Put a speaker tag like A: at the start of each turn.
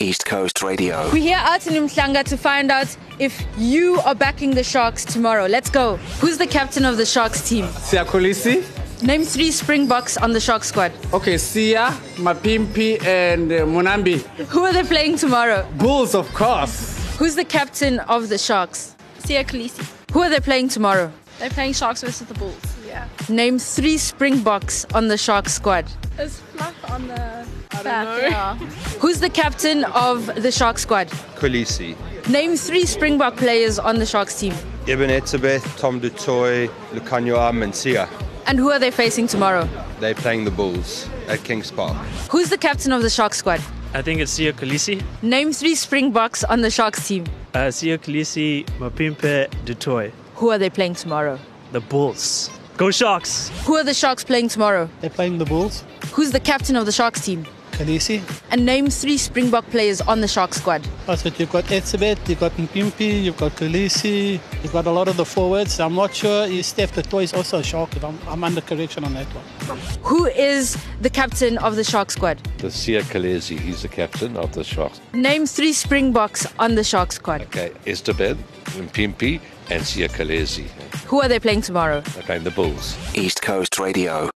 A: East Coast Radio.
B: We're here out in Umhlanga to find out if you are backing the Sharks tomorrow. Let's go. Who's the captain of the Sharks team?
C: Siakolisi.
B: Name three Springboks on the Shark squad.
C: Okay, Sia, Mapimpi, and uh, Munambi.
B: Who are they playing tomorrow?
C: Bulls, of course.
B: Who's the captain of the Sharks?
D: Sia Khaleesi.
B: Who are they playing tomorrow?
D: They're playing Sharks versus the Bulls. Yeah.
B: Name three Springboks on the Shark squad.
D: Is Fluff on the back?
B: Who's the captain of the Shark squad?
E: Kulisi,
B: Name three Springbok players on the Sharks team.
E: Ibn Etzebeth, Tom Dutoy, Lucanio Am, and Sia.
B: And who are they facing tomorrow?
E: They're playing the Bulls at Kings Park.
B: Who's the captain of the Shark squad?
F: I think it's Sia Khaleesi.
B: Name three Springboks on the Sharks team.
F: Uh, Sia Khaleesi, Mapimpe, Dutoy.
B: Who are they playing tomorrow?
F: The Bulls. Go Sharks!
B: Who are the Sharks playing tomorrow?
G: They're playing the Bulls.
B: Who's the captain of the Sharks team?
G: Khaleesi.
B: And name three Springbok players on the Shark squad.
G: That's what you've got Etzebeth, you've got Mpimpi, you've got Khaleesi, you've got a lot of the forwards. I'm not sure if Steph the toy is also a shark, if I'm, I'm under correction on that one.
B: Who is the captain of the Shark squad?
H: The Sia Kalezi, he's the captain of the Sharks.
B: Name three Springboks on the Shark squad.
H: Okay, Esteban, Mpimpi, and Sia Kalezi.
B: Who are they playing tomorrow?
H: They're playing the Bulls.
A: East Coast Radio.